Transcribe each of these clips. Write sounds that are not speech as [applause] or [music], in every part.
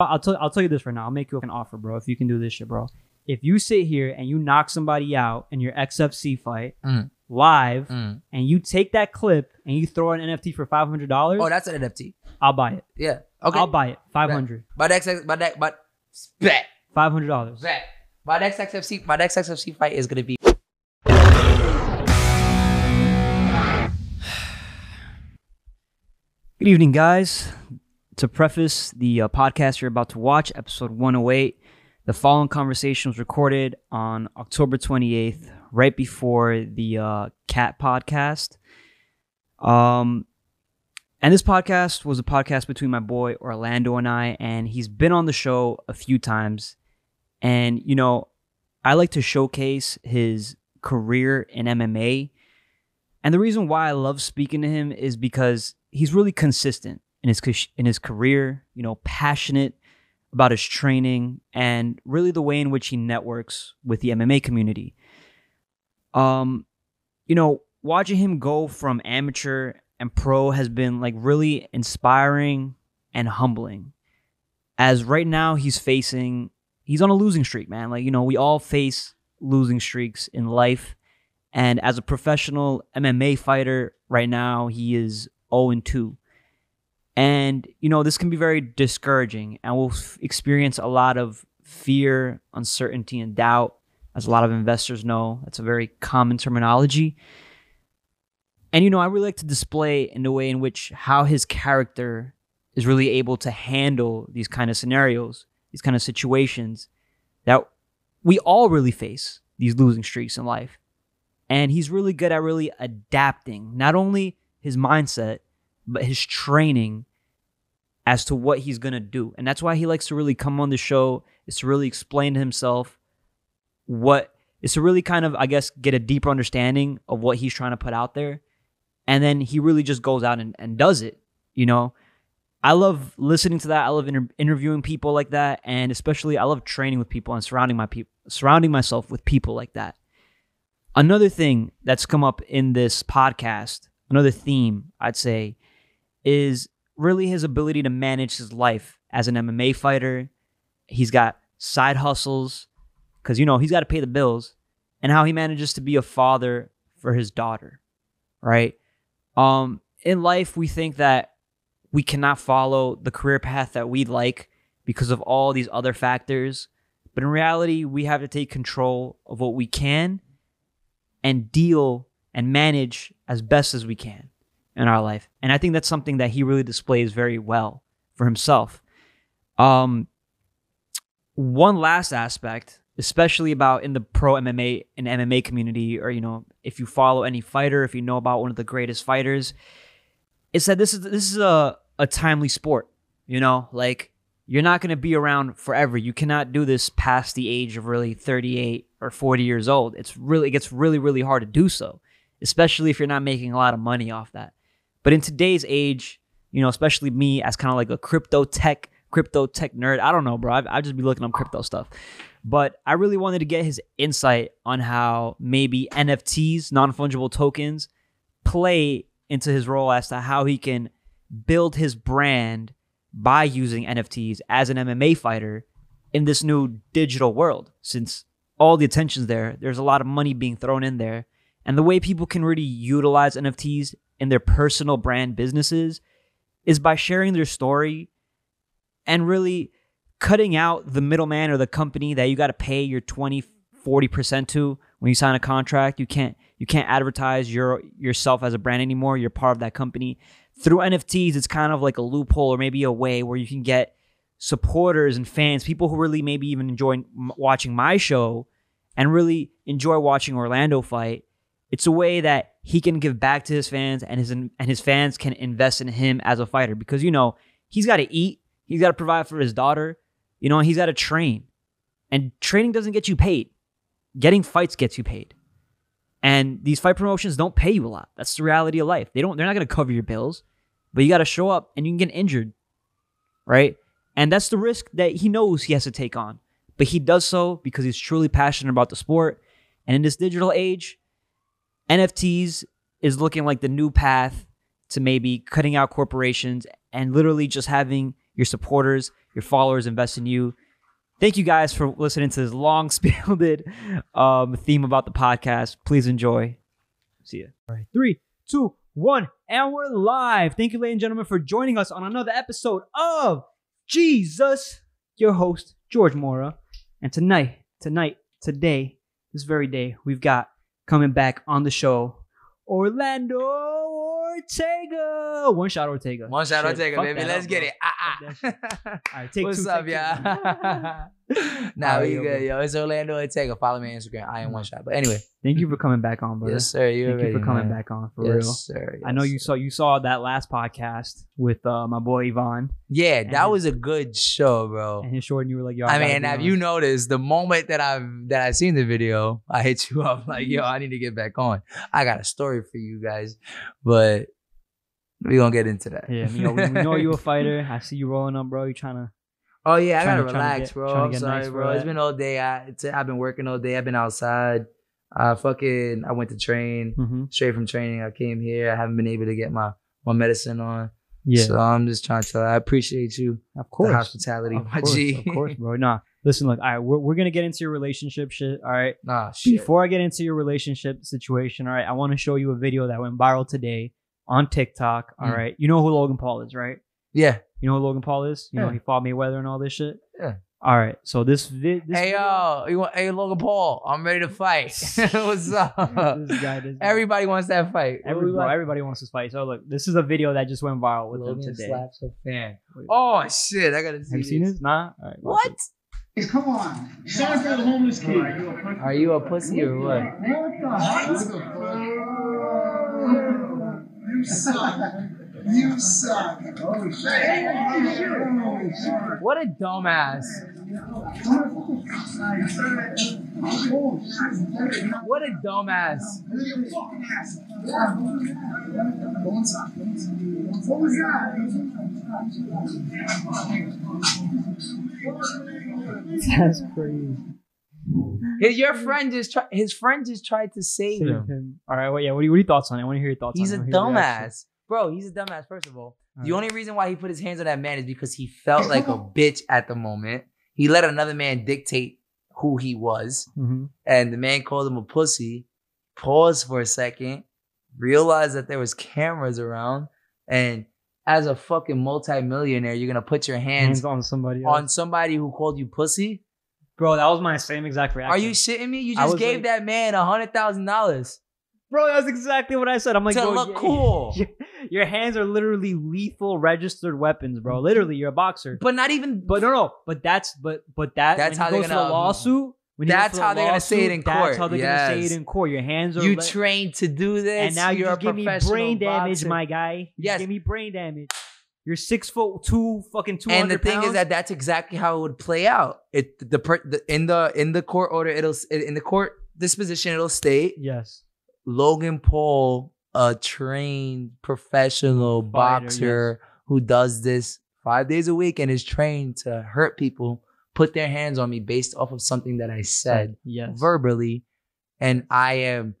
I- I'll tell I'll tell you this right now. I'll make you an offer, bro. If you can do this shit, bro. If you sit here and you knock somebody out in your XFC fight Mm. live, Mm. and you take that clip and you throw an NFT for five hundred dollars, Oh, that's an NFT. I'll buy it. Yeah. Okay. I'll buy it. Five hundred. But XX, but that, but bet, Five hundred dollars. bet. My next XFC, my next XFC fight is gonna be. Good evening, guys. To preface the uh, podcast you're about to watch, episode 108, the following conversation was recorded on October 28th, right before the uh, Cat podcast. Um, and this podcast was a podcast between my boy Orlando and I, and he's been on the show a few times. And, you know, I like to showcase his career in MMA. And the reason why I love speaking to him is because he's really consistent in his cush- in his career, you know, passionate about his training and really the way in which he networks with the MMA community. Um you know, watching him go from amateur and pro has been like really inspiring and humbling. As right now he's facing he's on a losing streak, man. Like, you know, we all face losing streaks in life. And as a professional MMA fighter right now, he is 0 and 2. And, you know, this can be very discouraging and we'll f- experience a lot of fear, uncertainty, and doubt. As a lot of investors know, that's a very common terminology. And, you know, I really like to display in the way in which how his character is really able to handle these kind of scenarios, these kind of situations that we all really face these losing streaks in life and he's really good at really adapting not only his mindset but his training as to what he's going to do and that's why he likes to really come on the show is to really explain to himself what is to really kind of i guess get a deeper understanding of what he's trying to put out there and then he really just goes out and, and does it you know i love listening to that i love inter- interviewing people like that and especially i love training with people and surrounding my people surrounding myself with people like that another thing that's come up in this podcast, another theme, I'd say, is really his ability to manage his life as an MMA fighter. He's got side hustles because, you know, he's got to pay the bills and how he manages to be a father for his daughter, right? Um, in life, we think that we cannot follow the career path that we'd like because of all these other factors. But in reality, we have to take control of what we can and deal and manage as best as we can in our life. And I think that's something that he really displays very well for himself. Um, one last aspect, especially about in the pro MMA and MMA community, or you know, if you follow any fighter, if you know about one of the greatest fighters, is that this is this is a a timely sport. You know, like you're not going to be around forever. You cannot do this past the age of really 38 or 40 years old. It's really it gets really really hard to do so, especially if you're not making a lot of money off that. But in today's age, you know, especially me as kind of like a crypto tech crypto tech nerd. I don't know, bro. I've, I've just be looking up crypto stuff. But I really wanted to get his insight on how maybe NFTs, non-fungible tokens, play into his role as to how he can build his brand by using NFTs as an MMA fighter in this new digital world. Since all the attention's there, there's a lot of money being thrown in there. And the way people can really utilize NFTs in their personal brand businesses is by sharing their story and really cutting out the middleman or the company that you got to pay your 20 40% to when you sign a contract you can't you can't advertise your yourself as a brand anymore you're part of that company through nfts it's kind of like a loophole or maybe a way where you can get supporters and fans people who really maybe even enjoy m- watching my show and really enjoy watching orlando fight it's a way that he can give back to his fans and his and his fans can invest in him as a fighter because you know he's got to eat he's got to provide for his daughter you know he's got to train and training doesn't get you paid getting fights gets you paid and these fight promotions don't pay you a lot that's the reality of life they don't they're not going to cover your bills but you got to show up and you can get injured right and that's the risk that he knows he has to take on but he does so because he's truly passionate about the sport and in this digital age NFTs is looking like the new path to maybe cutting out corporations and literally just having your supporters, Your followers invest in you. Thank you guys for listening to this long [laughs] spielded um, theme about the podcast. Please enjoy. See ya. All right, three, two, one, and we're live. Thank you, ladies and gentlemen, for joining us on another episode of Jesus. Your host George Mora, and tonight, tonight, today, this very day, we've got coming back on the show Orlando Ortega. One shot Ortega. One shot Shit, Ortega, fuck baby. that Let's up, get bro. it. Ah, [laughs] ah. All right, take What's two, up, take two. [laughs] y'all? nah, we Alright, yo, bro. good, yo. It's Orlando Ortega. Follow me on Instagram. I am one shot. But anyway, Thank you for coming back on, brother. yes, sir. You Thank you already for coming know. back on for yes, real. Sir, I know yes, you sir. saw you saw that last podcast with uh, my boy Yvonne Yeah, and that his- was a good show, bro. and his short, and you were like, "Yo, I gotta mean, be have on." you noticed the moment that I've that I seen the video, I hit you up [laughs] like, yo, I need to get back on. I got a story for you guys, but we gonna get into that. Yeah, you know, we, we know [laughs] you're a fighter. I see you rolling up, bro. You trying to oh yeah, I Tryna- gotta tryna relax, get- bro. tryna I'm get sorry, nice for bro. It's that. been all day. I it's, I've been working all day. I've been outside. I fucking I went to train mm-hmm. straight from training. I came here. I haven't been able to get my my medicine on. yeah, So I'm just trying to. tell I appreciate you, of course. the hospitality, Of my course, G. of course, bro. Nah, listen, look, all right, we're, we're gonna get into your relationship shit. All right, [laughs] Nah, shit. before I get into your relationship situation, all right, I want to show you a video that went viral today on TikTok. All right, Mm. you know who Logan Paul is, right? yeah. You know who Logan Paul is? You know Yeah. he fought Mayweather and all this shit. Yeah. All right, so this, vi- this hey video- yo, you want hey Logan Paul? I'm ready to fight. [laughs] What's up? [laughs] [laughs] this guy, this guy. Everybody wants that fight. Every, bro, everybody wants to fight. So look, this is a video that just went viral with him today. slaps a fan. Oh shit, I gotta see. Have you seen this? Nah. All right, watch What? it. Come on. Sorry for the homeless kid. Are you a pussy or what? You suck. You suck. Hey, What a dumbass! What a dumbass! What was [laughs] that? That's crazy. His, your friend just tried. His friend just tried to save Save him. him. All right. Well, yeah. What are, you- what are your thoughts on it? I want to hear your thoughts. He's a on it. I wanna hear your reaction. dumbass, bro. He's a dumbass. First of all, the Alright. only reason why he put his hands on that man is because he felt [laughs] like a bitch at the moment. He let another man dictate who he was. Mhm. and the man called him a pussy. Paused for a second, realized that there was cameras around, and as a fucking multimillionaire, you're gonna put your hands, Hands on somebody. Else. on somebody who called you pussy? bro, that was my same exact reaction. Are you shitting me? You I just was gave like- that man a hundred thousand dollars bro? That's exactly what I said. I'm like, to bro, look yeah. cool, Your, [laughs] your hands are literally lethal registered weapons, bro. Mm-hmm. Literally, you're a boxer. [laughs] but not even. But no, no. But that's but but that. That's when how he they're goes to gonna- the lawsuit. When he goes That's to the how they're gonna say it lawsuit, in That's court. how they're gonna say Yes. it in court. Your hands are you le- trained to do this, and now you you're just a give me professional brain damage, boxer. my guy. You Yes. give me brain damage. You're six foot two, fucking two and hundred the thing is that that's exactly how it would play out. It the, per, the in the in the court order it'll s- in the court disposition it'll state yes, Logan Paul, a trained professional Fighter, boxer who does this five days a week and is trained to hurt people, put their hands on me based off of something that I said yes, verbally. And I am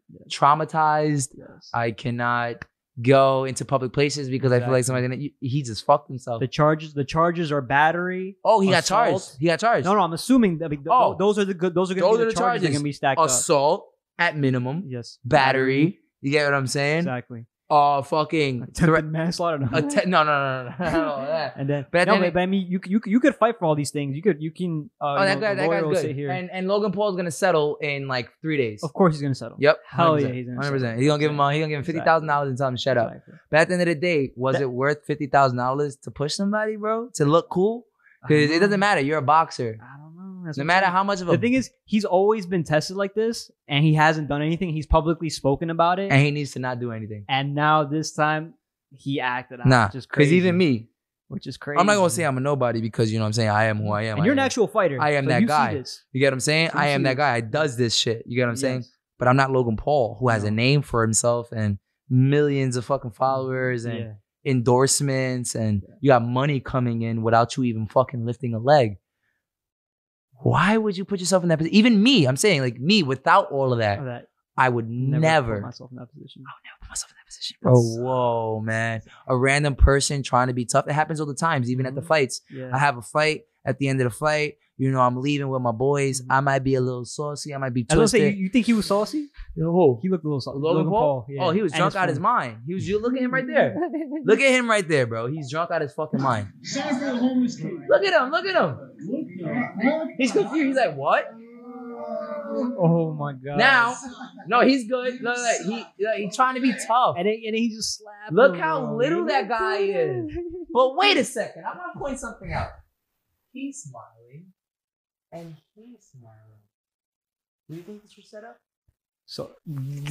traumatized. yes. I cannot go into public places because I feel like somebody's gonna, he just fucked himself. the charges, the charges are battery. oh, he got assault. charged. He got charged. No, no, I'm assuming that like, th- Oh. those are the good. Those are going to Those be are the charges. the that are charges. going to be stacked Assault at up. minimum, Yes, battery. You get what I'm saying? Mm-hmm. exactly. Uh, fucking threat. Attempted [laughs] manslaughter. No. Atte- no, no, no, [laughs] no, no, no. that. and then, But at no, the end but, of- but I mean, you c- you c- you could fight for all these things. You could you can. Uh, Oh, you that know, guy, the that lawyer guy's will sit good. here. And and Logan Paul's gonna settle in like three days. of course, he's going to settle. Yep. Hell yeah, he's gonna hundred percent. settle. He's gonna give him. Uh, he's gonna give him fifty thousand dollars and tell him shut up. [laughs] Exactly. But at the end of the day, was That- it worth fifty thousand dollars to push somebody, bro, to look cool? Because it doesn't matter. You're a boxer. Uh-huh. I don't know. That's No what I'm matter saying. how much of a The thing is, he's always been tested like this, and he hasn't done anything. He's publicly spoken about it, and and, he needs to not do anything. now now this time he acted out, Nah, which is because crazy. even me, which is crazy. I'm not gonna say I'm a nobody because you know what I'm saying I am who I am. And I you're an am- actual fighter. I am so that you guy. See this. You get what I'm saying? So you I am see that this. guy. I does this shit. You get what I'm saying? Yes. But I'm not Logan Paul, who has No. a name for himself and millions of fucking followers and Yeah. endorsements and you got money coming in without you even fucking lifting a leg. Why would you put yourself in that position? Even me, I'm saying like me without all of that. All Oh, that. I would never, Oh, put Oh, myself in that position. put myself in that position. Bro, That's- whoa, man. A random person trying to be tough. It happens all the times, even at the Mhm. fights. I Yeah, have a fight. At the end of the fight, you know, I'm leaving with my boys. Mhm. I might be a little saucy. I might be I was gonna say, twisted. you, you think he was saucy? Yo, He looked a little saucy. Logan, Paul? yeah. Oh, he was And drunk out of his friend. mind. He was. You look at him right there. [laughs] Look at him right there, bro. He's drunk out his fucking mind. Shout out to the homeless kid. Look at him. Look at him. Look at that. He's confused. He's like, what? Oh my god! Now, no, he's good. No, like, he, like, he's trying to be tough. and then, and then he just slapped. Look him, how bro. little He that looked guy good. But wait a second. I'm gonna point something out. He's smiling, and he's smiling. Do you think this was set up? [laughs] So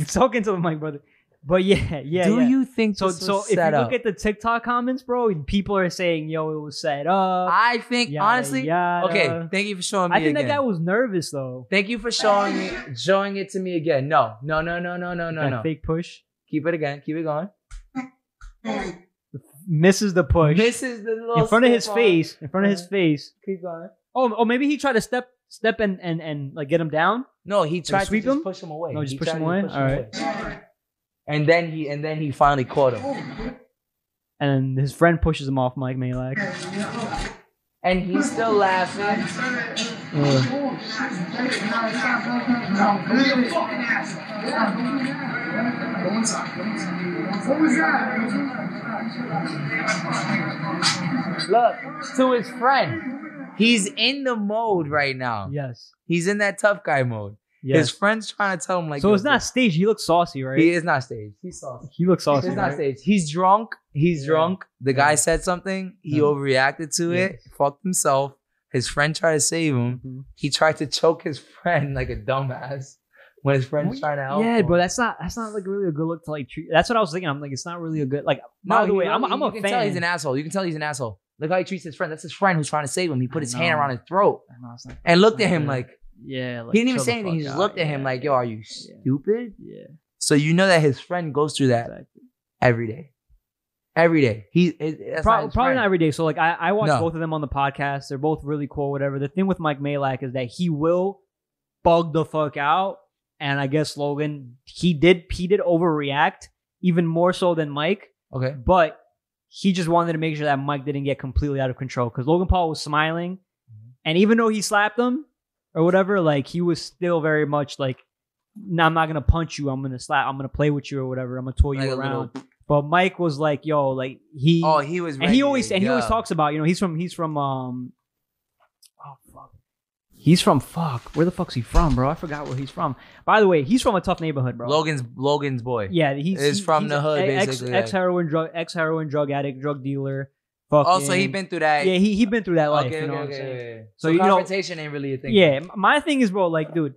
talking to the mic, brother. But yeah, yeah. Do yeah. you think So this was so if you set look up? at the TikTok comments, bro, people are saying, "Yo, it was set up." I think yada, honestly. yada. Okay, thank you for showing me I think again. that guy was nervous though. Thank you for showing me showing it to me again. No, no, no, no, no, no, no, that no. fake push Keep it again. Keep it going. misses the push Misses the little in front of his slip on. face. In front of his Yeah. face. Keep going. Oh, oh, maybe he tried to step, step and and and like get him down. No, he tried sweep to just him? push him away. No, just He push tried him to away? Alright. And then he and then he finally caught him. and his friend pushes him off Mike Malak. And he's still laughing. Look to his friend. He's in the mode right now. Yes. He's in that tough guy mode. His Yes. friend's trying to tell him like so yo, it's not staged. He looks saucy, right? He is not staged. He's saucy. He looks saucy. He's not right? staged. He's drunk. He's Yeah. drunk. The guy Yeah. said something. He Yeah. overreacted to it. Fucked himself. His friend tried to save him. Mhm. He tried to choke his friend like a dumbass when his friend's trying to help. Yeah, him. bro. That's not. That's not like really a good look to like treat. That's what I was thinking. I'm like, it's not really a good like. No, By the he way, I'm, really- I'm a you can tell he's fan. an asshole. You can tell he's an asshole. Look how he treats his friend. That's his friend who's trying to save him. He put I his hand know. around his throat I know it's not- and looked at him Yeah. like yeah, like, he didn't even chill say the anything. fuck He just out. looked at him Yeah, like, yeah, "Yo, are you yeah. stupid?" Yeah, So you know that his friend goes through that exactly. every day, every day. He it, that's Pro- his probably friend. not every day. So like, I, I watch No. both of them on the podcast. They're both really cool. Whatever. The thing with Mike Malak is that he will bug the fuck out, and I guess Logan he did he did overreact even more so than Mike. Okay. but he just wanted to make sure that Mike didn't get completely out of control because Logan Paul was smiling, Mm-hmm. and even though he slapped him or whatever, like he was still very much like, "No, I'm not gonna punch you. I'm gonna slap. I'm gonna play with you or whatever. I'm gonna toy you Like a around." little- But Mike was like, "Yo, like he." oh, he was. and he always regulated, and he always yeah. talks about you know he's from he's from um oh fuck he's from fuck where the fuck's he from bro I forgot where he's from by the way he's from a tough neighborhood bro Logan's Logan's boy. yeah, he's It's he- from he's the hood, a- ex, basically, Ex like- heroin drug, ex heroin drug addict, drug dealer. Fucking, Also, Oh, he been through that. yeah, he he been through that life. okay, you know okay, what I'm okay, saying? yeah, yeah. So, So, you know- confrontation ain't really a thing. Yeah, m- my thing is, bro, like, dude,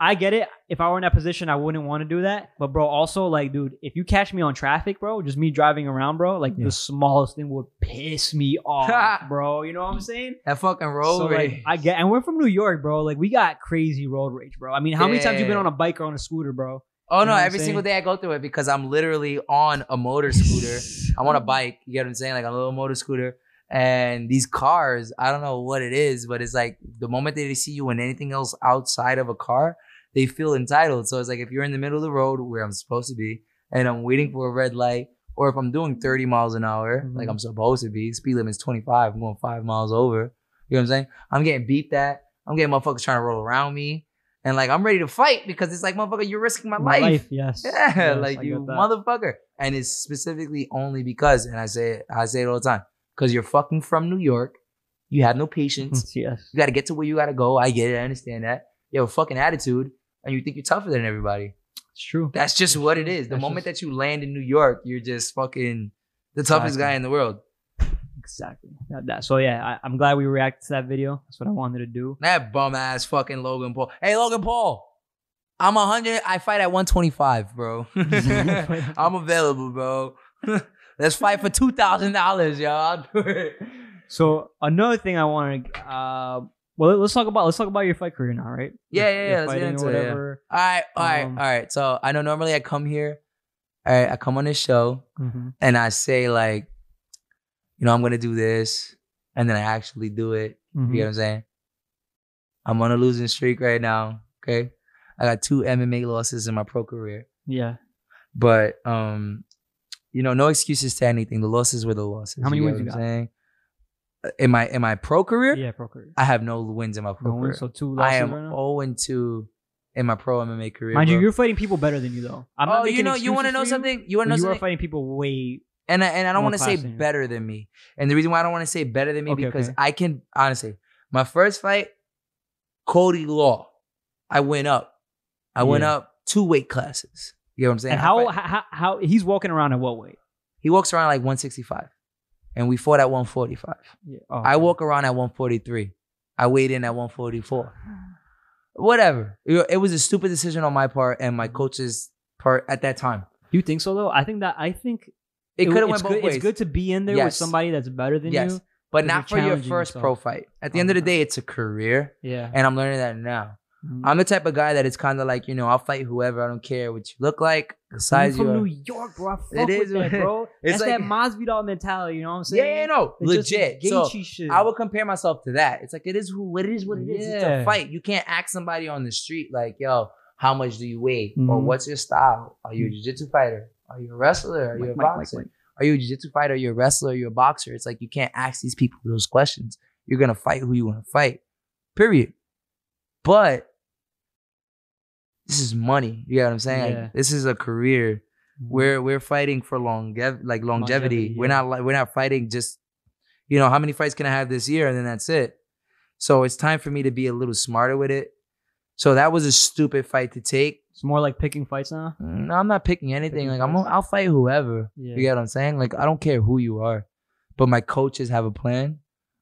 I get it. If I were in that position, I wouldn't want to do that. But, bro, also, like, dude, if you catch me on traffic, bro, just me driving around, bro, like, Yeah. the smallest thing would piss [laughs] me off, bro. You know what I'm saying? that fucking road so, rage. like, I get, and we're from New York, bro. Like, we got crazy road rage, bro. I mean, how many times you been Yeah. on a bike or on a scooter, bro? Oh You know no! what I'm Every single saying? day I go through it because I'm literally on a [laughs] motor scooter. I'm on a bike. You get what I'm saying? Like a little motor scooter. And these cars, I don't know what it is, but it's like the moment they see you in anything else outside of a car, they feel entitled. So it's like if you're in the middle of the road where I'm supposed to be, and I'm waiting for a red light, or if I'm doing 30 miles an hour, Mhm. like I'm supposed to be, speed limit's 25, I'm going five miles over. You know what I'm saying? I'm getting beeped at. I'm getting motherfuckers trying to roll around me. And like I'm ready to fight because it's like motherfucker, you're risking my, My life. yes. [laughs] Yeah, Yes, I like you get that. motherfucker. And it's specifically only because, and I say it, I say it all the time, because you're fucking from New York. You have no patience. yes. you gotta get to where you gotta go. I get it, I understand that. You have a fucking attitude and you think you're tougher than everybody. It's true. That's just what it is. The That's moment just- that you land in New York, you're just fucking the toughest Exactly. guy in the world. Exactly. That, that- So yeah, I, I'm glad we reacted to that video. That's what I wanted to [laughs] do. [laughs] That bum ass fucking Logan Paul. Hey Logan Paul. I'm 100. I fight at 125, [laughs] bro. [laughs] I'm available, bro. [laughs] Let's fight for two thousand dollars, y'all. I'll do it. So another thing I wanted. Uh, well, let's talk about let's talk about your fight career now, right? Yeah, Your- yeah, your yeah, let's get fighting or into it, yeah. whatever. All right, all right, Um, all right. So I know normally I come here, all right, I come on this show Mhm. and I say like, you know, I'm gonna do this, and then I actually do it. You Mhm. get what I'm saying? I'm on a losing streak right now. Okay, I got two MMA losses in my pro career. Yeah. But um, you know, no excuses to anything. The losses were the losses. How many get wins what you I'm got? saying? Uh, In my in my pro career, Yeah, pro career. I have no wins in my pro No career. win, so two losses I am right now. 0 and 2 in my pro MMA career. Mind you, bro. you're fighting people better than you though. I'm not oh, you making know, you excuses want to for know something? You want but to know you are something? fighting people way. and I, and I don't More want to say class than you. better than me. And the reason why I don't want to say better than me Okay, because okay. I can honestly, my first fight, Cody Law, I went up, I went Yeah. up two weight classes. You know what I'm saying? And I how, fight- how how he's walking around at what weight? he walks around like 165, and we fought at 145. Yeah. Oh, I okay. walk around at 143. I weighed in at 144. Whatever. It it was a stupid decision on my part and Mm. my coach's part at that time. You think so though? I think that I think It could have it's went both good, ways. It's good to be in there with Yes. somebody that's better than Yes. you. but 'Cause not you're for your challenging first yourself. pro fight. At the Oh, end of the okay. day, it's a career, Yeah. and I'm learning that now. Mm. I'm the type of guy that it's kind of like you know, I'll fight whoever. I don't care what you look like, the size You're you from are. New York, bro. I fuck It with is, that, man. bro. [laughs] It's That's like- that Masvidal mentality. You know what I'm Yeah, saying? yeah, no, It's just legit. So Gaethje shit. I would compare myself to that. It's like it is who it is what it is. It's Yeah. a fight. You can't ask somebody on the street like, "Yo, how much do you weigh? Or Mhm. what's your style? Are Mm-hmm. you a jiu-jitsu fighter? Are you a wrestler? Are you a Mike, Mike, Mike, boxer? Mike. Are you a jiu-jitsu fighter? Are you a wrestler? Are you a boxer?" It's like you can't ask these people those questions. You're gonna fight who you want to fight. Period. But this is money. You know what I'm saying? Like, Yeah. this is a career. We're we're fighting for longev like longevity. Longevity, We're yeah. not like we're not fighting just, you know, how many fights can I have this year and then that's it. So it's time for me to be a little smarter with it. So that was a stupid fight to take. It's more like picking fights now. No, I'm not picking Picking anything. Like I'm, fights. I'll fight whoever. Yeah. You get what I'm saying? Like I don't care who you are, but my coaches have a plan,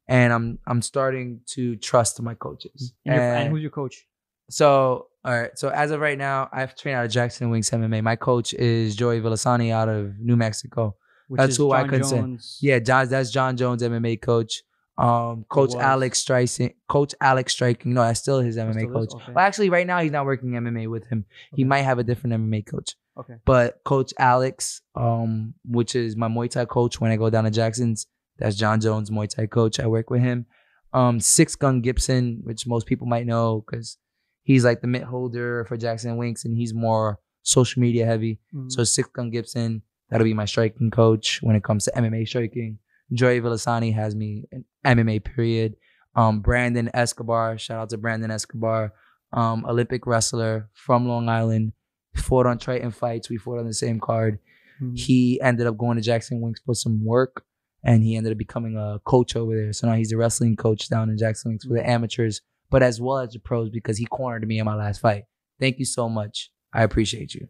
and I'm I'm starting to trust my coaches. And, your- and And- who's your coach? so, all right. So as of right now, I've trained out of Jackson Wings MMA. My coach is Joey Villasani out of New Mexico. Which That's is who I John could say. Jones. Yeah, John, that's John Jones MMA coach. Um, Coach was. Alex Striking. Coach Alex Striking. No, that's still his MMA still coach. is? Okay. Well, actually, right now he's not working MMA with him. He Okay. might have a different MMA coach. Okay. But Coach Alex, um, which is my Muay Thai coach when I go down to Jackson's, that's John Jones, Muay Thai coach. I work with him. Um, Six Gun Gibson, which most people might know because he's like the mitt holder for Jackson Winks and he's more social media heavy. Mhm. So Six Gun Gibson, that'll be my striking coach when it comes to MMA striking. Joey Villasani has me in MMA period. Um, Brandon Escobar, shout out to Brandon Escobar, um, Olympic wrestler from Long Island. Fought on Triton fights. We fought on the same card. Mhm. He ended up going to Jackson Wings for some work, and he ended up becoming a coach over there. So now he's a wrestling coach down in Jackson Wings for the amateurs, but as well as the pros because he cornered me in my last fight. Thank you so much. I appreciate you.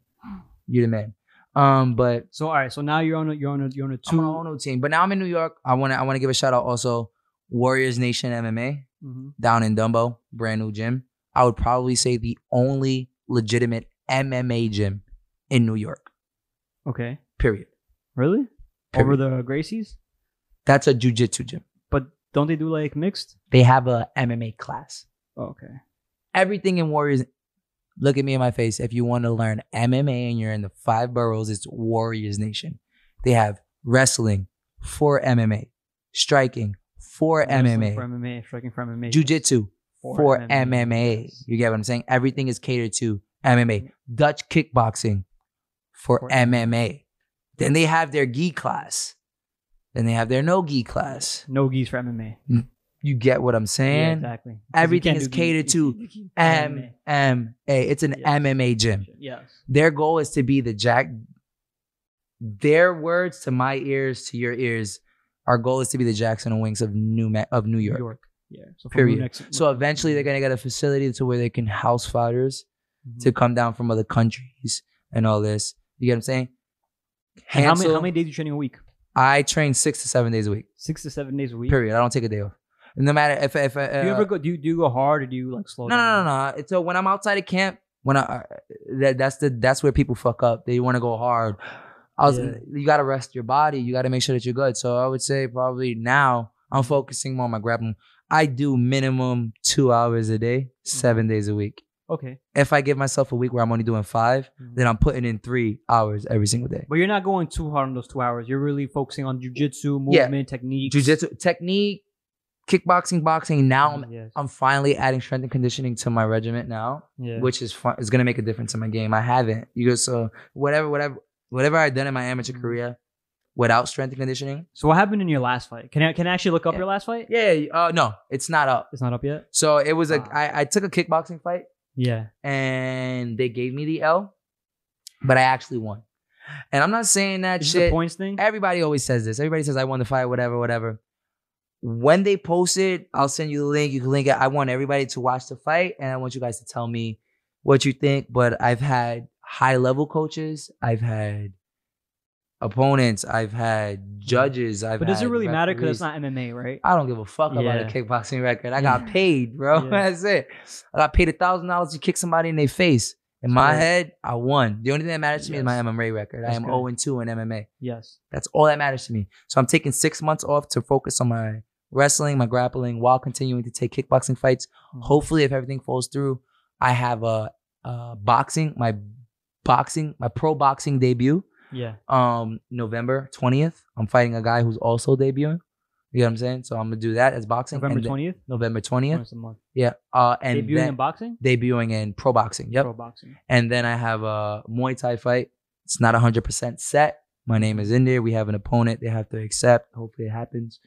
You're the man. Um, but So all right. So now you're on a you're on a you're on a I'm 2 on a whole new team. But now I'm in New York. I want to I want to give a shout out also Warriors Nation MMA Mhm. down in Dumbo, brand new gym. I would probably say the only legitimate MMA gym in New York. Okay. Period. Really? Period. Over the Gracies? That's a jujitsu gym. But don't they do like mixed? They have a MMA class. Oh, okay. Everything in Warriors. Look at me in my face. If you want to learn MMA and you're in the five boroughs, it's Warriors Nation. They have wrestling for MMA, striking for Wrestling MMA, For MMA. Striking for MMA. jujitsu For for MMA, MMA. yes. You get what I'm saying? Everything is catered to MMA. Dutch kickboxing for, For MMA. Then they have their gi class. Then they have their no gi class. No geese for MMA. You get what I'm Yeah, saying? exactly. 'Cause you everything can't is do gi- catered you to can't do gi- MMA. It's an Yes. MMA gym. Yes. Their goal is to be the jack. Their words to my ears, to your ears, our goal is to be the Jackson and Wings of New Me- of New York. Yeah. So from Period. Lunex- So eventually, they're gonna get a facility to where they can house fighters Mhm. to come down from other countries and all this. You get what I'm saying? And how many Hansel, how many days you training a week? I train six to seven days a week. Six to seven days a week. Period. I don't take a day off. No matter if if uh, Do you ever go? Do you do you go hard or do you like slow? no, no down? no no no. So when I'm outside of camp, when I uh, that, that's the that's where people fuck up. They want to go hard. I was Yeah. you gotta rest your body. You gotta make sure that you're good. So I would say probably now I'm focusing more on my grappling. I do minimum two hours a day, 7 Mm-hmm. days a week. Okay. If I give myself a week where I'm only doing five, Mhm. then I'm putting in three hours every single day. But you're not going too hard on those two hours. You're really focusing on jujitsu, Yeah. movement, technique. jujitsu technique, kickboxing, boxing. Now I'm Uh, Yes. I'm finally adding strength and conditioning to my regiment now, Yeah. which is fun, is gonna make a difference in my game. I haven't. You go so whatever, whatever, whatever I've done in my amateur career without strength and conditioning. So what happened in your last fight? Can I can I actually look up Yeah. your last fight? Yeah, uh, no, it's not up. It's not up yet. So it was a Ah. I, I took a kickboxing fight Yeah. and they gave me the L, but I actually won. And I'm not saying that Is this shit. the points thing? Everybody always says this. Everybody says I won the fight, whatever, whatever. When they post it, I'll send you the link. You can link it. I want everybody to watch the fight, and I want you guys to tell me what you think. But I've had high level coaches, I've had opponents, I've had judges, I've But does it had really matter? Because it's referees. not MMA, right? I don't give a fuck about Yeah. a kickboxing record. I Yeah. got paid, bro. Yeah. [laughs] That's it. I got paid a thousand dollars to kick somebody in their face. In my Right. head, I won. The only thing that matters to me is my Yes. MMA record. That's I am good. 0 and 2 in MMA. yes. That's all that matters to me. So I'm taking six months off to focus on my wrestling, my grappling, while continuing to take kickboxing fights. Mhm. Hopefully, if everything falls through, I have a, a boxing, my boxing, my pro boxing debut Yeah. um November 20th. I'm fighting a guy who's also debuting. You know what I'm saying? So I'm gonna do that as boxing. November and then- twentieth. November 20th. Once a month. Yeah. Uh, and Debuting then in boxing. debuting in pro boxing. Yep. Pro boxing. And then I have a Muay Thai fight. It's not 100% set. My name is in there. We have an opponent. They have to accept. Hopefully it happens.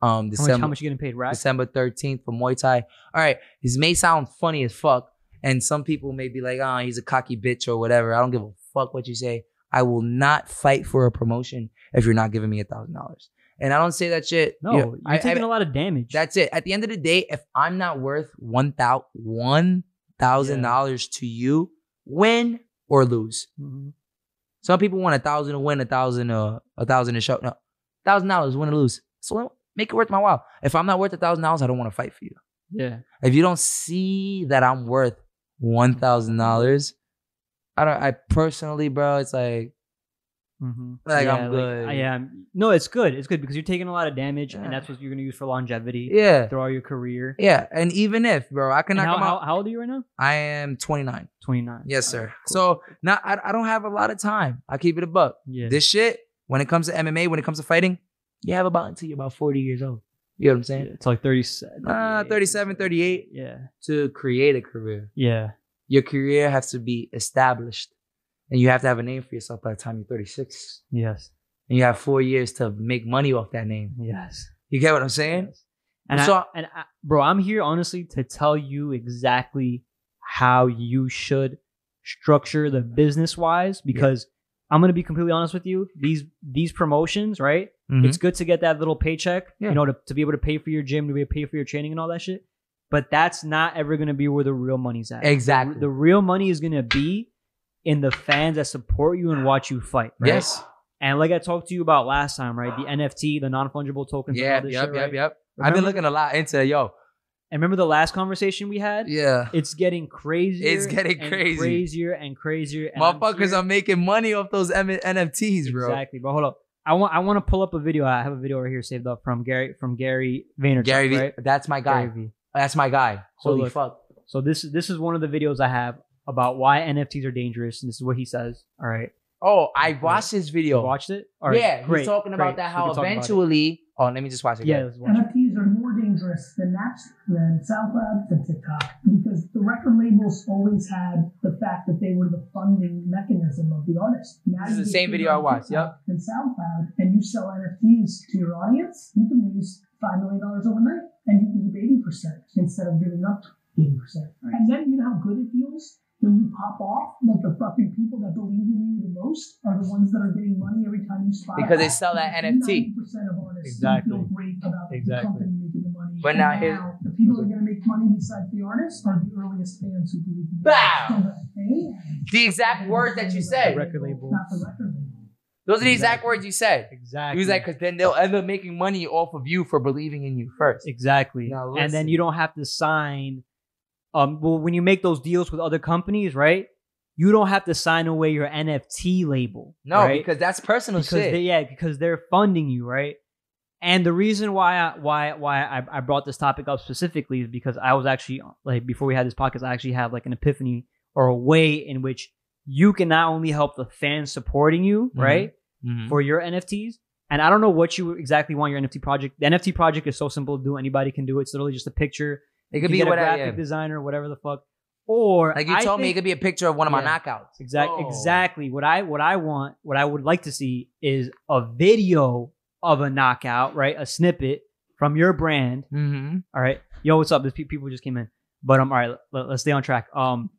Um, How much, December, how much you getting paid? Rack. December 13th for Muay Thai. All right. This may sound funny as fuck. And some people may be like, ah, he's a cocky bitch or whatever. I don't give a fuck what you say. I will not fight for a promotion if you're not giving me a thousand dollars. And I don't say that shit. No, you know, you're I- I- taking a lot of damage. that's it. At the end of the day, if I'm not worth one thou one thousand dollars to you, win or lose. Mhm. Some people want a thousand to win, a thousand uh, a thousand to show. No, thousand dollars win or lose. So make it worth my while. If I'm not worth a thousand dollars, I don't want to fight for you. Yeah. If you don't see that I'm worth one thousand dollars, I don't. I personally, bro, it's like Mm-hmm. Like, yeah, I'm good. I am. No, it's good. It's good because you're taking a lot of damage, Yeah. and that's what you're gonna use for longevity yeah, throughout your career. yeah. And even if, bro, I And can knock how, 'em out. how, how old are you right now? Uh, I am 29. Twenty nine. Yes, sir. So now I, I don't have a lot of time. I keep it a buck. yeah. This shit, when it comes to MMA, when it comes to fighting, you have about until you're about 40 years old. You know what I'm yeah, saying? it's like 37, Ah, 37, 38. Yeah. To create a career, Yeah. your career has to be established. And you have to have a name for yourself by the time you're 36. Yes. And you have four years to make money off that name. Yes. You get what I'm saying? Yes. And I- So- and I, bro, I'm here honestly to tell you exactly how you should structure the business wise because I'm gonna be completely honest with you. These these promotions, right? It's good to get that little paycheck, Mm-hmm. Yeah. you know, to, to be able to pay for your gym, to be able to pay for your training and all that shit. But that's not ever gonna be where the real money's at. Mm-hmm. exactly. The real money is gonna be in the fans that support you and watch you fight. Right? Yes. And like I talked to you about last time, right? The NFT, the non fungible tokens. and all Yeah, this yep, shit, yep, right? yep. I've been Remember- looking a lot into yo. And remember the last conversation we had? Yeah. It's getting crazier. It's getting and crazy. Crazier and crazier. And I'm Motherfuckers here- are making money off those M- NFTs, bro. Exactly, bro. Hold up. I want. I want to pull up a video. I have a video right here saved up from Gary from Gary [laughs] Vaynerchuk. Gary Vee, right? that's my guy. Gary Vee. That's my guy. So Holy look- fuck. So this this is one of the videos I have about why NFTs are dangerous, and this is what he says. All right, Oh, I watched this you video. watched it. All right, yeah, great, he's talking about great. that. We can How talk about it. eventually. Oh, let me just watch it. Yeah, again. let's [laughs] watch it. NFTs are more dangerous than Napster, than SoundCloud, than TikTok, because the record labels always had the fact that they were the funding mechanism of the artist. Now This is you the get same bigger video I on watched, TikTok than SoundCloud, and you sell NFTs to your audience, you can lose five million dollars overnight, and you can give eighty percent instead of giving up eighty percent. And then you know how good it feels when you pop off. Like the fucking people that believe in you the most are the ones that are getting money every time you spot. Because they sell that NFT. Percent of artists Exactly. feel great about Exactly. the company making the money. But And now here's- the people that are going to make money besides the artists are the earliest fans who believe in Bow! you. The exact words that you The said. record label. Not the record label. Those are the exact words you said. Exactly. He was like, because then they'll end up making money off of you for believing in you first. Exactly. Now and listen. then you don't have to sign. Um, well, when you make those deals with other companies, right? You don't have to sign away your NFT label. No, right? because that's personal because shit. they, yeah, because they're funding you, right? And the reason why I, why why I, I brought this topic up specifically is because I was actually like before we had this podcast, I actually had like an epiphany or a way in which you can not only help the fans supporting you, Mhm. right? Mhm. for your NFTs And I don't know what you exactly want your NFT project. The NFT project is so simple to do. Anybody can do it. It's literally just a picture. It You could can be get a whatever. graphic yeah. designer, whatever the fuck. Or Like you I told me, it think- could be a picture of one of my Yeah. knockouts. Exactly. Oh. Exactly. What I what I want, what I would like to see is a video of a knockout, right? A snippet from your brand. Mm-hmm. All right. Yo, what's up? There's pe- people just came in, but um, all right. Let, us stay on track. Um,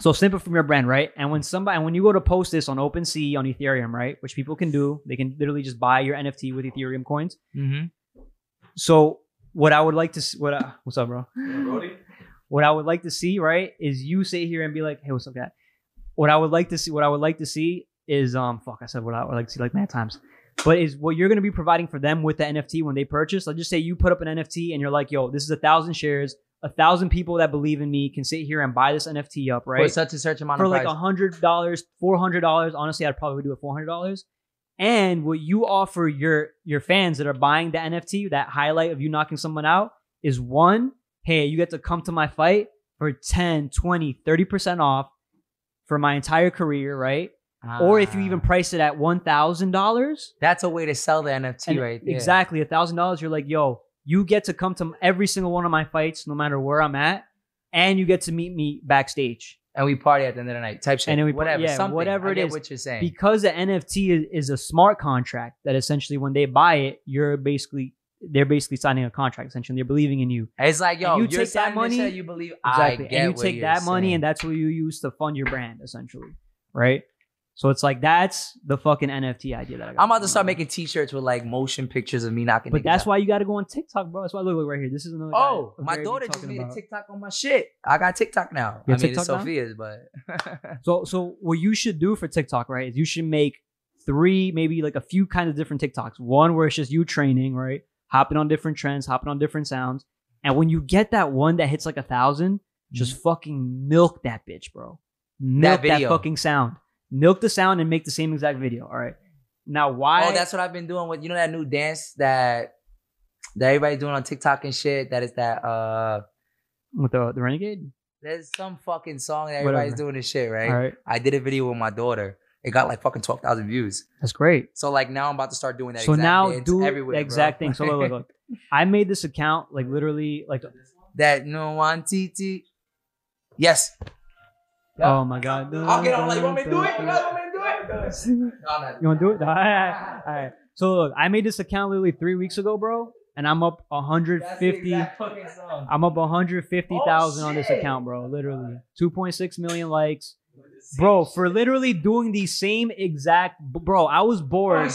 so snippet from your brand, right? And when somebody, and when you go to post this on OpenSea on Ethereum, right? Which people can do. They can literally just buy your NFT with Ethereum coins. Mm-hmm. So what I would like to, s- what I, what's up, bro? Brody? what I would like to see, right, is you sit here and be like, "Hey, what's up, guy?" What I would like to see, what I would like to see is, um, fuck, I said what I would like to see like mad times, but is what you're gonna be providing for them with the NFT when they purchase. Let's just say you put up an NFT and you're like, "Yo, this is a thousand shares. A thousand people that believe in me can sit here and buy this NFT up, Right. For right?" such and such amount for of like price. a hundred dollars, four hundred dollars. Honestly, I'd probably do it four hundred dollars. And what you offer your your fans that are buying the NFT, that highlight of you knocking someone out, is one, hey, you get to come to my fight for 10, 20, 30% off for my entire career, right? Or if you even Ah. price it at one thousand dollars, that's a way to sell the NFT and right there. Exactly. A thousand dollars, you're like, yo, you get to come to every single one of my fights, no matter where I'm at, and you get to meet me backstage. And we party at the end of the night. Type shit. And then we par- whatever. yeah, something. whatever I it get is. What you're saying. because the NFT is, is a smart contract that essentially when they buy it, you're basically they're basically signing a contract. Essentially, they're believing in you. it's like yo, and you you take that take that money- money. you believe I get and you what take you're that money, saying. and that's what you use to fund your brand, essentially, right? So it's like that's the fucking NFT idea that I got. I'm about to start making T-shirts with like motion pictures of me knocking. But niggas that's out. why you got to go on TikTok, bro. That's why look, look right here. This is another. guy Oh, of my Gary Vee daughter just talking made a about- TikTok on my shit. I got TikTok now. You I have mean, TikTok it's now? Sophia's, but [laughs] So, so what you should do for TikTok, right, is you should make three, maybe like a few kind of different TikToks. One where it's just you training, right, hopping on different trends, hopping on different sounds, and when you get that one that hits like a 1000 Mm-hmm. just fucking milk that bitch, bro. Milk that, video. fucking sound. Milk the sound and make the same exact video. All right. Now, why? oh, that's what I've been doing with you know that new dance that that everybody doing on TikTok and shit. That is that uh, with the, the renegade. there's some fucking song that everybody's Whatever. doing this shit, right? All right, I did a video with my daughter. It got like fucking twelve thousand views. that's great. So like now I'm about to start doing that. So exact now dance do everywhere, the bro. exact thing. So look, look, look. I made this account like literally like [laughs] that no one TT. Yes. oh my god. I'll get on. Like, want me to do it? You guys want me to do it? No, no. You want to do it? [laughs] All right. All right. So look, I made this account literally three weeks ago, bro, and I'm up 150. I'm up Oh, 150,000 on this account, bro. Literally 2.6 million likes, bro. For literally doing the same exact, bro. I was Oh, bored.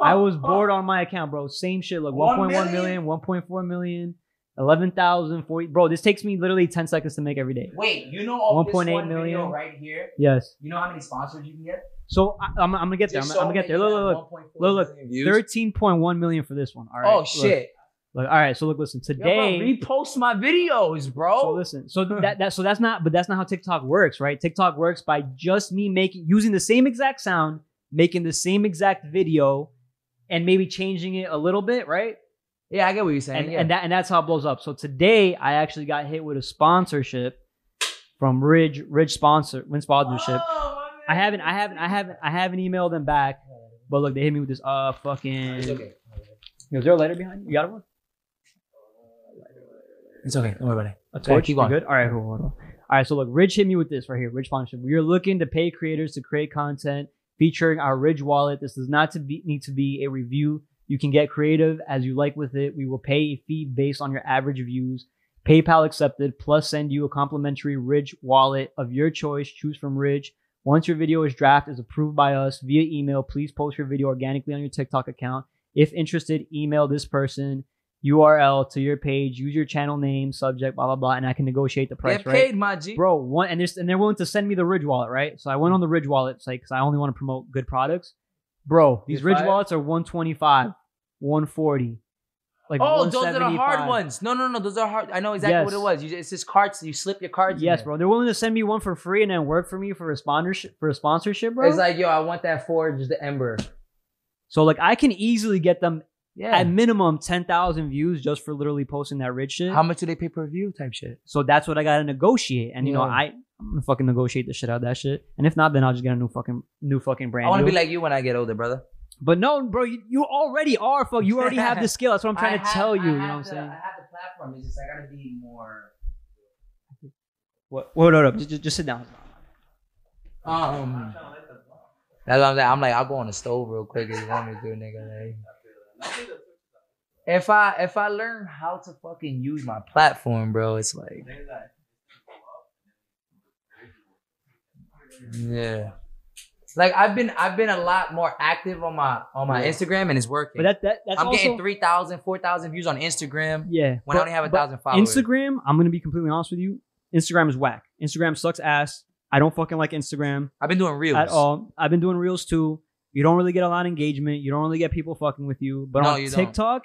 I was bored on my account, bro. Same shit. Look, 1.1 million, 1.4 million, 11,000, 40. Bro, this takes me literally 10 seconds to make every day. Wait, you know of this 1.8 one video million? right here. Yes. You know how many sponsors you can get? So I, I'm, I'm gonna get there. I'm, Just I'm gonna show get there. me Look, you look, have look. 1.4 Look, million views. 13.1 million for this one. All right. oh Look. shit! Look, all right, so look, listen. Yo, bro, Today, repost my videos, bro. so listen. [laughs] So that, that so that's not, but that's not how TikTok works, right? TikTok works by just me making using the same exact sound, making the same exact video, and maybe changing it a little bit, right? yeah, I get what you're saying. And yeah. and that and that's how it blows up. So today, I actually got hit with a sponsorship from Ridge Ridge sponsor win sponsorship. Oh, I haven't, I haven't, I haven't, I haven't emailed them back. But look, they hit me with this uh fucking. It's okay. Yo, Is there a lighter behind you? You got one? It's okay. Don't worry about it. A Okay, torch? keep You going. Good. All right, cool. Hold on. All right, so look, Ridge hit me with this right here. Ridge Sponsorship. We are looking to pay creators to create content featuring our Ridge wallet. This does not to be, need to be a review. You can get creative as you like with it. We will pay a fee based on your average views. PayPal accepted, plus send you a complimentary Ridge wallet of your choice. Choose from Ridge. Once your video is draft is approved by us via email, please post your video organically on your TikTok account. If interested, email this person URL to your page, use your channel name, subject, blah blah blah, and I can negotiate the price, get right? paid, my G. Bro, one and this and they're willing to send me the Ridge wallet, right? So I went on the Ridge wallet site because I only want to promote good products. Bro, these You're Ridge fired? wallets are 125, 140. Like oh, those are the 175. hard ones. No, no, no. Those are hard. I know exactly what it Yes. was. You just, it's just cards. You slip your cards. in Yes, there. bro. They're willing to send me one for free and then work for me for a sponsorship for a sponsorship, bro. It's like, yo, I want that forge, the ember. so like I can easily get them Yeah. at minimum 10,000 views just for literally posting that Ridge shit. How much do they pay per view type shit? So that's what I gotta negotiate. And you know, Yeah. I I'm gonna fucking negotiate the shit out of that shit. And if not, then I'll just get a new fucking new fucking brand. I want to deal. be like you when I get older, brother. But no, bro, you, you already are. Fuck, you already [laughs] have the skill. That's what I'm trying I to have- tell I you. You know have what I'm the- saying? I have the platform. It's just I gotta be more. What? Wait, wait, wait, just, just- just sit down. Um. That's what I'm saying. I'm like, I'll go on the stove real quick if you want me to, nigga. Like, if I if I learn how to fucking use my platform, bro, it's like, yeah. Like I've been I've been a lot more active on my on my Yeah. Instagram and it's working. But that, that that's I'm also getting 3,000, 4,000 views on Instagram yeah. but- when I only have a but thousand followers. Instagram, I'm gonna be completely honest with you. Instagram is whack. Instagram sucks ass. I don't fucking like Instagram I've been doing reels at all. I've been doing reels too. You don't really get a lot of engagement. You don't really get people fucking with you. But No, on you don't. TikTok,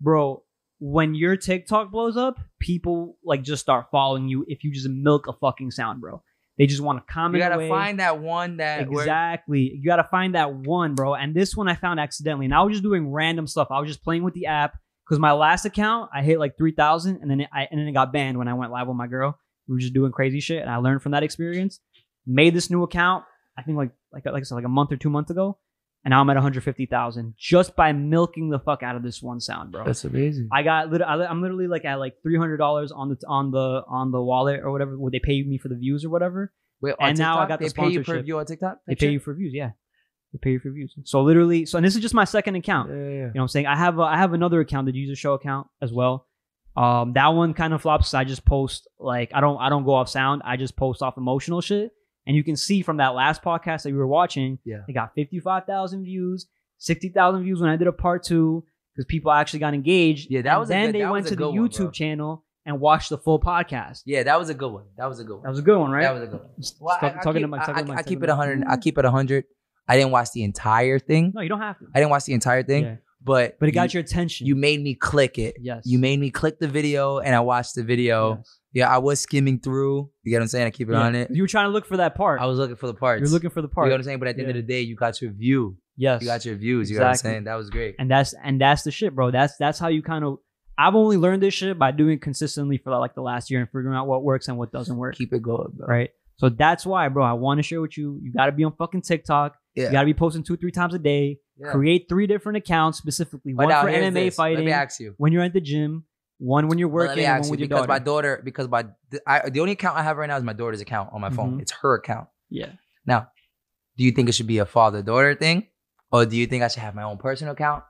bro, when your TikTok blows up, people like just start following you if you just milk a fucking sound, bro. They just want to You comment. gotta away. find that one that where- Exactly. You got to find that one, bro. And this one I found accidentally. And I was just doing random stuff. I was just playing with the app because my last account I hit like three thousand, and then it, I and then it got banned when I went live with my girl. We were just doing crazy shit, and I learned from that experience. Made this new account. I think like like like I said, like a month or two months ago, and now I'm at one hundred fifty thousand just by milking the fuck out of this one sound, bro. amazing. I got lit- I li- I'm literally like at like three hundred dollars on the on the on the wallet or whatever. What they pay me for the views or whatever. Wait, on And now I TikTok, got the they pay you per sponsorship. view on TikTok. They pay you for views, yeah. They pay you for views. So literally, so and this is just my second account. You Yeah, know what I'm saying? I have a, I have another account, the user show account as well. Um, that one kind of flops. I just post like I don't I don't go off sound. I just post off emotional shit. And you can see from that last podcast that you were watching, Yeah. it got fifty five thousand views, sixty thousand views when I did a part two because people actually got engaged. Yeah, that And was a then good- they that went was to a the good one, YouTube bro. channel and watched the full podcast. yeah, that was a good one. That was a good That one. was a good one, right? That was a good one. Talk- I- I talking to keep- my- I- talking I- to my- I keep talking to it my- 100. I keep it 100. I didn't watch the entire thing. no, you don't have to. I didn't watch the entire thing, Yeah. but But it got you, your attention. you made me click it. yes. You made me click the video, and I watched the video. Yes. Yeah, I was skimming through. You get what I'm saying? I keep it Yeah. on it. You were trying to look for that part. I was looking for the parts. You're looking for the You part. know what I'm saying? But at the end Yeah. of the day, you got your view. yes. You got your views. You know what I'm Exactly. saying? That was great. and that's and that's the shit, bro. That's that's how you kind of. I've only learned this shit by doing consistently for like the last year and figuring out what works and what doesn't work. Keep it going, bro. Right. So that's why, bro. I want to share with you. You got to be on fucking TikTok. Yeah. You got to be posting two, three times a day. Yeah. Create three different accounts specifically. But one now for here's MMA this. Let fighting. me ask you. When you're at the gym. One when you're Well, let working. me and ask one you, with your because daughter. my daughter, because my th- I, the only account I have right now is my daughter's account on my phone. Mhm. It's her account. yeah. Do you think it should be a father daughter thing, or do you think I should have my own personal account?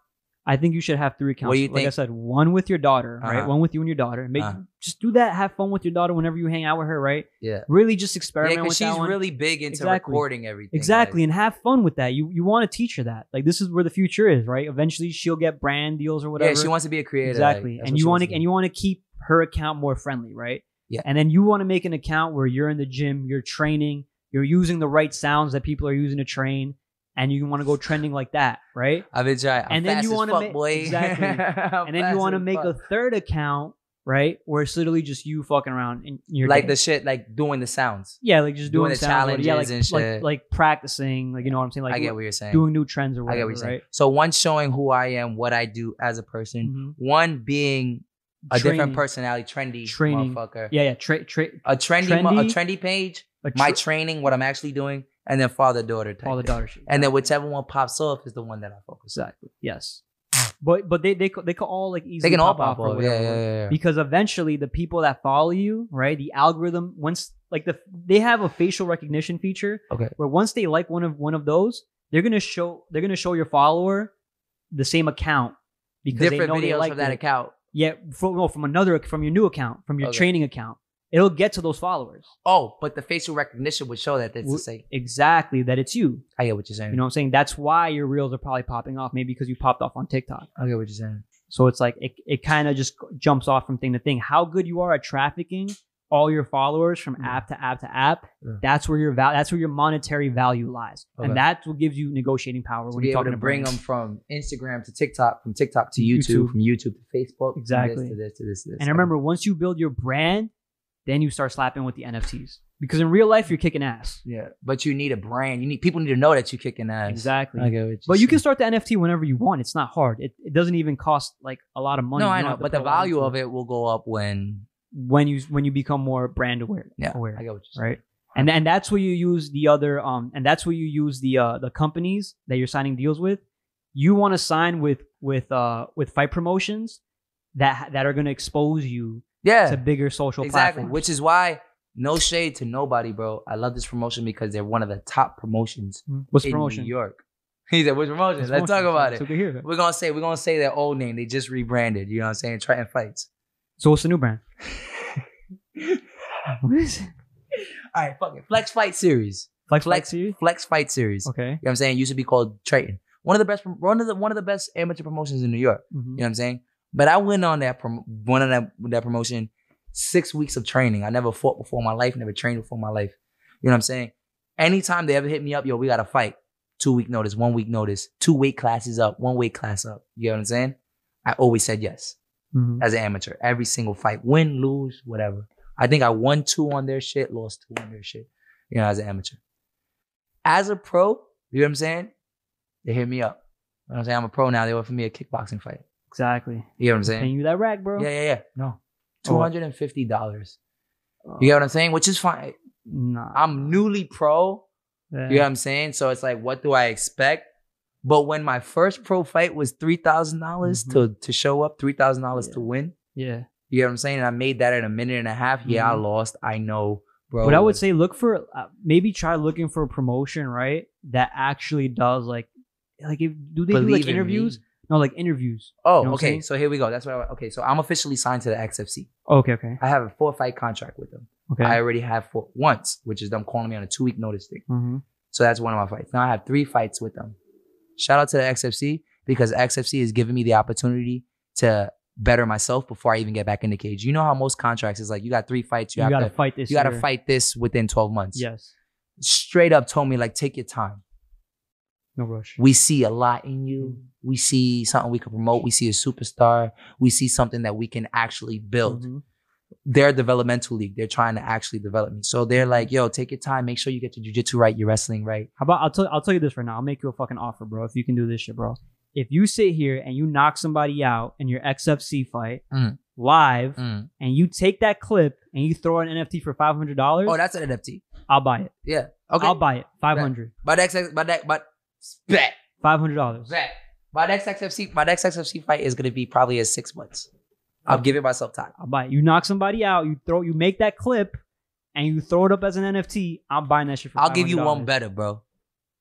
I think you should have three accounts. What do you like I think? said, one with your daughter, right? Uh-huh. One with you and your daughter. Make, Uh-huh. Just do that. Have fun with your daughter whenever you hang out with her, right? Yeah, Really, just yeah, experiment because with that she's one. really big into Exactly. recording everything. exactly, like- and have fun with that. You you want to teach her that. Like this is where the future is, right? Eventually, she'll get brand deals or whatever. Yeah, she wants to be a creator. exactly, and you want to and you want to keep her account more friendly, right? Yeah. And then you want to make an account where you're in the gym, you're training, you're using the right sounds that people are using to train, and you want to go trending like that, right? I've been trying. I'm and then fast you as wanna fuck, make- boy. [laughs] exactly. I'm and then you fast want to as make a fuck. third account, right? Where it's literally just you fucking around and you're like getting- the shit, like doing the sounds. yeah, like just doing, doing the sound or- yeah, like, challenges and like, shit. like practicing, like you know what I'm saying, like I get what you're saying. doing new trends or I get whatever, what you're saying. right? So one showing who I am, what I do as a person. Mhm. One being a Training. different personality, trendy Training. motherfucker. Yeah, yeah, tra- tra- A trendy, mo- Trendy. a trendy page. a tra- My training, what I'm actually doing, and then father daughter type. father thing. daughter shit. And then whichever one pops off is the one that I focus on. exactly, yes. But but they they co- they could all like easily They can all pop off pop or off. Yeah, whatever, yeah, yeah, yeah. because eventually the people that follow you, right, the algorithm once like the they have a facial recognition feature Okay. where once they like one of one of those, they're gonna show they're gonna show your follower the same account because they Different know they videos like from that it. account. Yeah, from, no, from another from your new account, from your Okay. training account, it'll get to those followers Oh, but the facial recognition would show that it's Wo- the same. exactly that it's you. I get what you're saying. You know what I'm saying? That's why your reels are probably popping off, maybe because you popped off on TikTok. I get what you're saying. So it's like it, it kind of just jumps off from thing to thing. How good you are at trafficking all your followers from Yeah. app to app to app. Mm. Yeah. That's where your val- that's where your monetary value lies, Okay. and that's what gives you negotiating power To when be you're able talking to bring them brands. from Instagram to TikTok, from TikTok to YouTube. YouTube, from YouTube to Facebook, from Exactly. this to this to this to this. And remember, once you build your brand, then you start slapping with the NFTs because in real life you're kicking ass. yeah, but you need a brand. You need people need to know that you're kicking ass. Exactly. I get what you're But you can saying. start the NFT whenever you want. It's not hard. It, it doesn't even cost like a lot of money. No, You I don't know, have to but put the a lot value into of it will go up when. when you when you become more brand aware. Yeah, aware, I get what you're saying. right? And and that's where you use the other um and that's where you use the uh the companies that you're signing deals with you want to sign with with uh with fight promotions that that are going to expose you Yeah. to bigger social exactly. platforms. Which is why no shade to nobody, bro. I love this promotion because they're one of the top promotions Hmm? what's in promotion? New York. [laughs] He said, "Which promotion? What's Let's talk promotion? about So- it." so we can hear it. We're gonna say we're gonna say their old name. They just rebranded. You know what I'm saying? Triton Fights. So what's the new [laughs] brand? [laughs] what is it? All right, fuck it. Flex Fight Series. Flex Flex Flex series? Flex Fight Series. Okay. You know what I'm saying? It used to be called Triton. One of the best. One of the one of the best amateur promotions in New York. Mhm. You know what I'm saying? But I went on that prom- went on that that promotion six weeks of training. I never fought before in my life, never trained before in my life. You know what I'm saying? Anytime they ever hit me up, yo, we got to fight. Two week notice, one week notice, two weight classes up, one weight class up. You know what I'm saying? I always said yes Mhm. as an amateur. Every single fight, win, lose, whatever. I think I won two on their shit, lost two on their shit. You know, as an amateur. As a pro, you know what I'm saying? They hit me up. You know what I'm saying? I'm a pro now. They offer me a kickboxing fight. Exactly. You know what I'm Paying saying? you that rack, bro. Yeah, yeah, yeah. Oh. No. $250. You get what I'm saying? Which is fine. Nah. I'm newly pro. Yeah. You know what I'm saying? So it's like, what do I expect? But when my first pro fight was $3,000 dollars to, to show up, $3,000 dollars Mm-hmm. to Yeah. win. Yeah. You know what I'm saying? And I made that in a minute and a half. Yeah, I Mhm. lost. I know, bro. But I would say look for uh, maybe try looking for a promotion, right? That actually does like like if do they do Believe like in me. interviews? No, like interviews. You know Oh, what I'm okay. saying? So here we go. That's what I, okay. So I'm officially signed to the XFC. Okay, okay. I have a four fight contract with them. Okay. I already have fought once, which is them calling me on a two week notice thing. Mhm. So that's one of my fights. Now I have three fights with them. Shout out to the XFC because XFC is giving me the opportunity to better myself before I even get back in the cage. You know how most contracts is like you got three fights, you, You, have gotta to fight this. you got to year. fight this within 12 months. Yes. Straight up told me like take your time. No rush. We see a lot in you. We see something we can promote. We see a superstar. We see something that we can actually build. Mhm. They're a developmental league. They're trying to actually develop me. So Mm-hmm. they're like, yo, take your time. Make sure you get your jujitsu right, your wrestling right. How about I'll tell I'll tell you this right now. I'll make you a fucking offer, bro. If you can do this shit, bro. If you sit here and you knock somebody out in your XFC fight Mm. live, and you take that clip and you throw an NFT for five hundred dollars, Oh, that's an NFT. I'll buy it. Yeah. Okay. I'll buy it. Five hundred. My next, my next, my bet, Five hundred dollars. bet. My next XFC, my next XFC fight is gonna be probably in six months. I'm giving myself time. I'll buy it. You knock somebody out, you throw, you make that clip, and you throw it up as an NFT. I'm buying that shit for. I'll give you one $500. better, bro.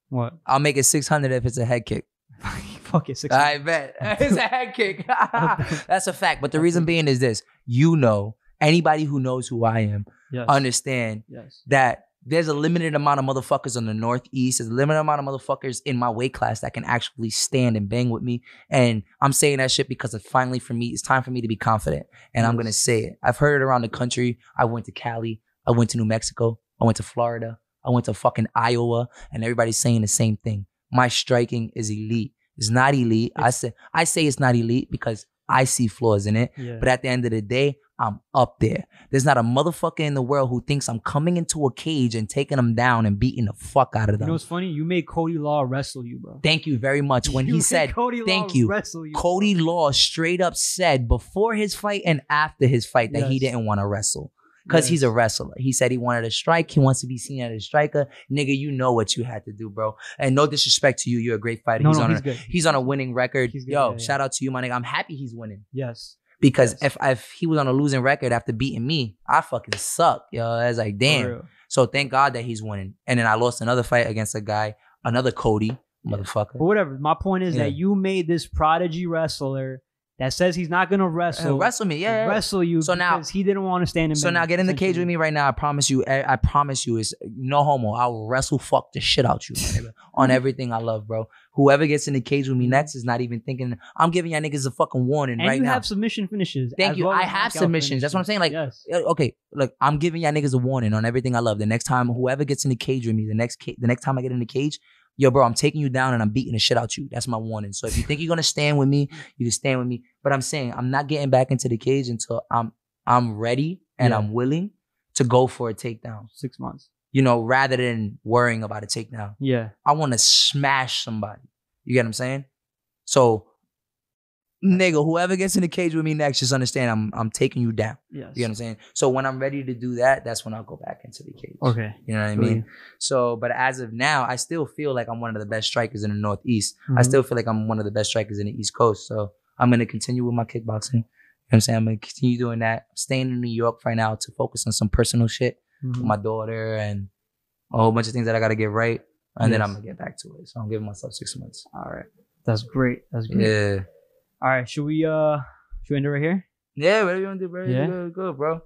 What? [laughs] I'll make it six hundred if it's a head kick. Fuck it. Six. I bet [laughs] it's a head [laughs] kick. [laughs] That's a fact. But the reason being is this: you know, anybody who knows who I am Yes. understand yes. that there's a limited amount of motherfuckers on the Northeast. There's a limited amount of motherfuckers in my weight class that can actually stand and bang with me. And I'm saying that shit because it's finally for me, it's time for me to be confident. And I'm Yes. gonna say it. I've heard it around the country. I went to Cali, I went to New Mexico, I went to Florida, I went to fucking Iowa, and everybody's saying the same thing. My striking is elite. It's not elite. I say I say it's not elite because I see flaws in it. Yeah. But uh, at the end of the day, I'm up there. There's not a motherfucker in the world who thinks I'm coming into a cage and taking them down and beating the fuck out of you them. know what's funny? You made Cody Law wrestle you, bro. Thank you very [laughs] much. When You he made said, Cody "Thank Law you, wrestle you, Cody Law straight up said before his fight and after his fight that he Yes. didn't want to wrestle because he's a wrestler. He said he wanted to strike. He wants to be seen as a striker. Nigga, you know what you had to do, bro. And no disrespect to you. You're a great fighter. No, he's, no, on he's a, good. he's on a winning record. He's good, Yo, yeah, yeah. shout out to you, my nigga. I'm happy he's winning Yes. because Yes. if if he was on a losing record after beating me, I fucking suck, yo. I was like, for damn. real. So thank God that he's winning. And then I lost another fight against a guy, another Cody But motherfucker. whatever. My point is that Yeah. you made this prodigy wrestler that says he's not gonna So wrestle Uh, wrestle me, yeah. yeah. wrestle you. So now- because he didn't want to stand in. So now get in the cage with me right now. I promise you, eh, I, I promise you, it's no homo. I will wrestle fuck the shit out you my [laughs] nigga, on everything I love, bro. Whoever gets in the cage with me next is not even thinking. I'm giving y'all niggas a fucking warning And right you now. have submission finishes. Thank as you. well I as have knockout submissions. That's what I'm finishes. saying, like, yes. Yeah, okay, look, I'm giving y'all niggas a warning on everything I love. The next time, whoever gets in the cage with me, the next ca- the next time I get in the cage, yo, bro, I'm taking you down and I'm beating the shit out you. That's my warning. So if you think you're gonna stand with me, you can stand with me. But I'm saying I'm not getting back into the cage until I'm I'm ready and Yeah. I'm willing to go for a takedown. Six months. You know, rather than worrying about a takedown. Yeah. I want to smash somebody. You get what I'm saying? So nigga, whoever gets in the cage with me next, just understand I'm I'm taking you down. Yes. You know what I'm saying? So when I'm ready to do that, that's when I'll go back into the cage. Okay. You know what I mean? So, but as of now, I still feel like I'm one of the best strikers in the Northeast. I Mhm. still feel like I'm one of the best strikers in the East Coast. So I'm gonna continue with my kickboxing. You know what I'm saying? I'm gonna continue doing that. I'm staying in New York right now to focus on some personal shit Mhm. with my daughter and a whole bunch of things that I gotta get right. And then Yes. I'm gonna get back to it. So I'm giving myself six months. All right. That's great. That's great. Yeah. All right. Should we uh should we end it right here? Yeah, whatever you wanna do, bro. Yeah? Yeah. Good, good, bro.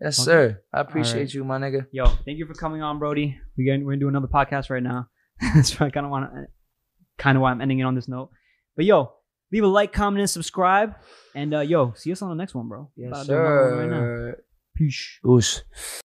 Yes, Okay. sir. I appreciate right. you, my nigga. Yo, thank you for coming on, Brody. We going we're gonna do another podcast right now. [laughs] That's why I kind of want to, kind of why I'm ending it on this note. But yo, leave a like, comment, and subscribe. And uh, yo, see us on the next one, bro. Yes, About to do another one right now. sir. Peace. Oosh.